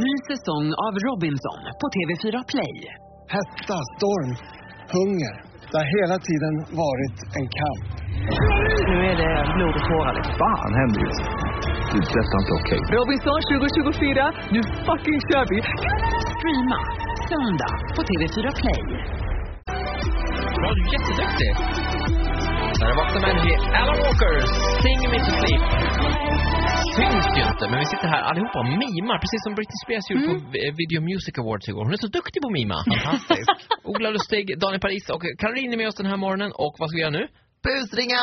Ny säsong av Robinson på TV4 Play. Hetta, storm, hunger. Det har hela tiden varit en kamp. Nu är det blod och tårar. liksom. fan händer just nu? Det är detta inte okej. Robinson 2024, nu fucking kör vi! Streama söndag på TV4 Play. Ja, du är jätteduktig. När det vaknar med en Alan Walker, Sing Me To Sleep. Syns ju inte, men vi sitter här allihopa och mimar, precis som Britney Spears gjorde på eh, Video Music Awards igår. Hon är så duktig på att mima. Fantastiskt. Ola Lustig, Daniel Paris och Caroline är med oss den här morgonen. Och vad ska vi göra nu? Busringa!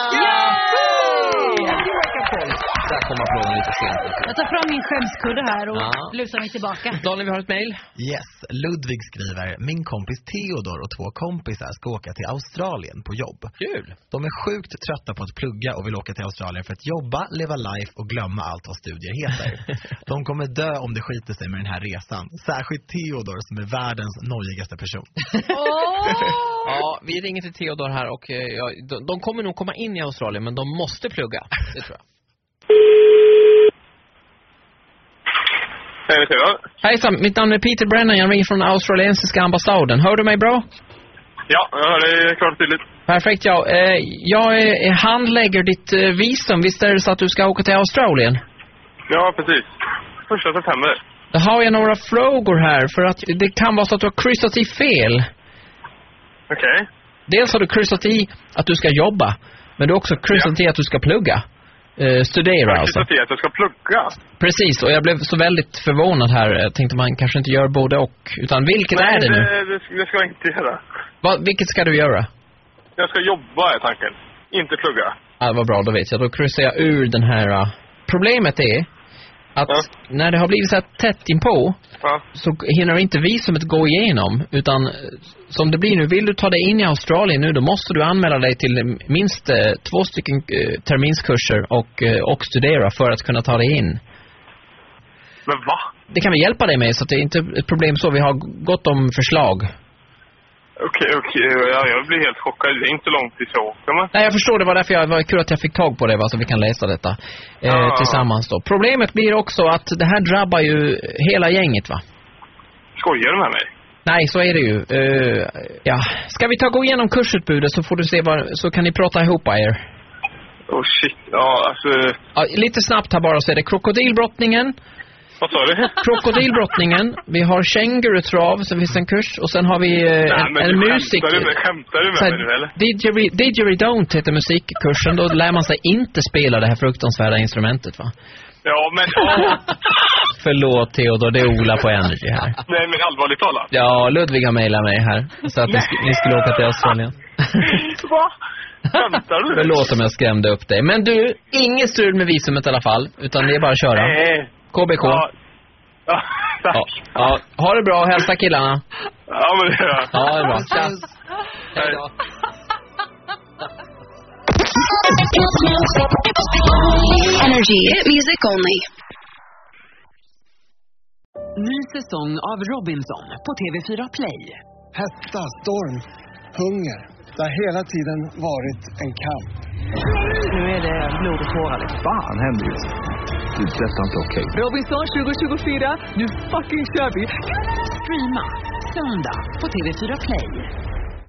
Där kom applåden lite sent. Jag tar fram min skämskudde här och Ja. lutar mig tillbaka. Daniel, vi har ett mejl. Yes, Ludvig skriver, min kompis Theodor och två kompisar ska åka till Australien på jobb. Kul! De är sjukt trötta på att plugga och vill åka till Australien för att jobba, leva life och glömma allt vad studier heter. De kommer dö om det skiter sig med den här resan. Särskilt Theodor som är världens nojigaste person. Ja, vi ringer till Theodor här och eh, ja, de, de kommer nog komma in i Australien, men de måste plugga. Det tror jag. Hej, vet du vad? Hejsan, mitt namn är Peter Brennan. Jag ringer från australiensiska ambassaden. Hör du mig bra? Ja, jag hör dig klart och tydligt. Perfekt, ja. Eh, jag är, handlägger ditt eh, visum. Visst är det så att du ska åka till Australien? Ja, precis. Första september. Då har jag några frågor här, för att det kan vara så att du har kryssat i fel. Okej. Dels har du kryssat i att du ska jobba, men du har också kryssat i att du ska plugga. Eh, studera Jag alltså. kryssar till att jag ska plugga. Precis, och jag blev så väldigt förvånad här. Jag tänkte man kanske inte gör både och, utan vilket är det nu? det, det, det ska jag inte göra. Vad- vilket ska du göra? Jag ska jobba, är tanken. Inte plugga. Ja, vad bra, då vet jag. Då kryssar jag ur den här... eh. Problemet är att Ja. när det har blivit så här tätt inpå Ja. så hinner inte visumet gå igenom. Utan eh, som det blir nu, vill du ta dig in i Australien nu, då måste du anmäla dig till eh, minst eh, två stycken eh, terminskurser och, eh, och studera för att kunna ta dig in. Men va? Det kan vi hjälpa dig med, så att det är inte ett problem så. Vi har gott om förslag. Okej, okej. Ja, jag blir helt chockad. Det är inte långt ifrån. Ja, men- Nej, jag förstår. Det var därför jag, det var kul att jag fick tag på det, va, så vi kan läsa detta eh, Ja. tillsammans då. Problemet blir också att det här drabbar ju hela gänget, va? Skojar du med mig? Nej, så är det ju. Eh, ja. Ska vi ta och gå igenom kursutbudet så får du se vad, så kan ni prata ihop er. Oh shit. Ja, alltså. Ja, lite snabbt här bara så är det krokodilbrottningen, Vad sa du? krokodilbrottningen, vi har känguru-trav, sen finns det en kurs och sen har vi eh, en, men en du musik... Skämtar du med, skämtar du så med här, mig nu eller? didgeri- Didgeridon't heter musikkursen, då lär man sig inte spela det här fruktansvärda instrumentet va. Ja, men åh. Förlåt Theodor, det är Ola på Energy här. Nej, men allvarligt talat. Ja, Ludvig har mejlat mig här. Så att ni, sk- ni skulle åka till Australien. Va? Skämtar du? Förlåt om jag skrämde upp dig. Men du, inget strul med visumet i alla fall. Utan det är bara att köra. Nej. KBK. Ja. Ja, tack. Ja, ja. Ha det bra, hälsa killarna. Ja, men det gör jag. Ja, det är bra. Tja. Hej då. Energy. Hit music only. Ny säsong av Robinson på TV4 Play. Hetta, storm, hunger. Det har hela tiden varit en kamp. Nu är det blod och tårar. liksom. fan händer just nu? Det är detta inte okej. Robinson 2024, nu fucking kör vi! Streama söndag på TV4 Play.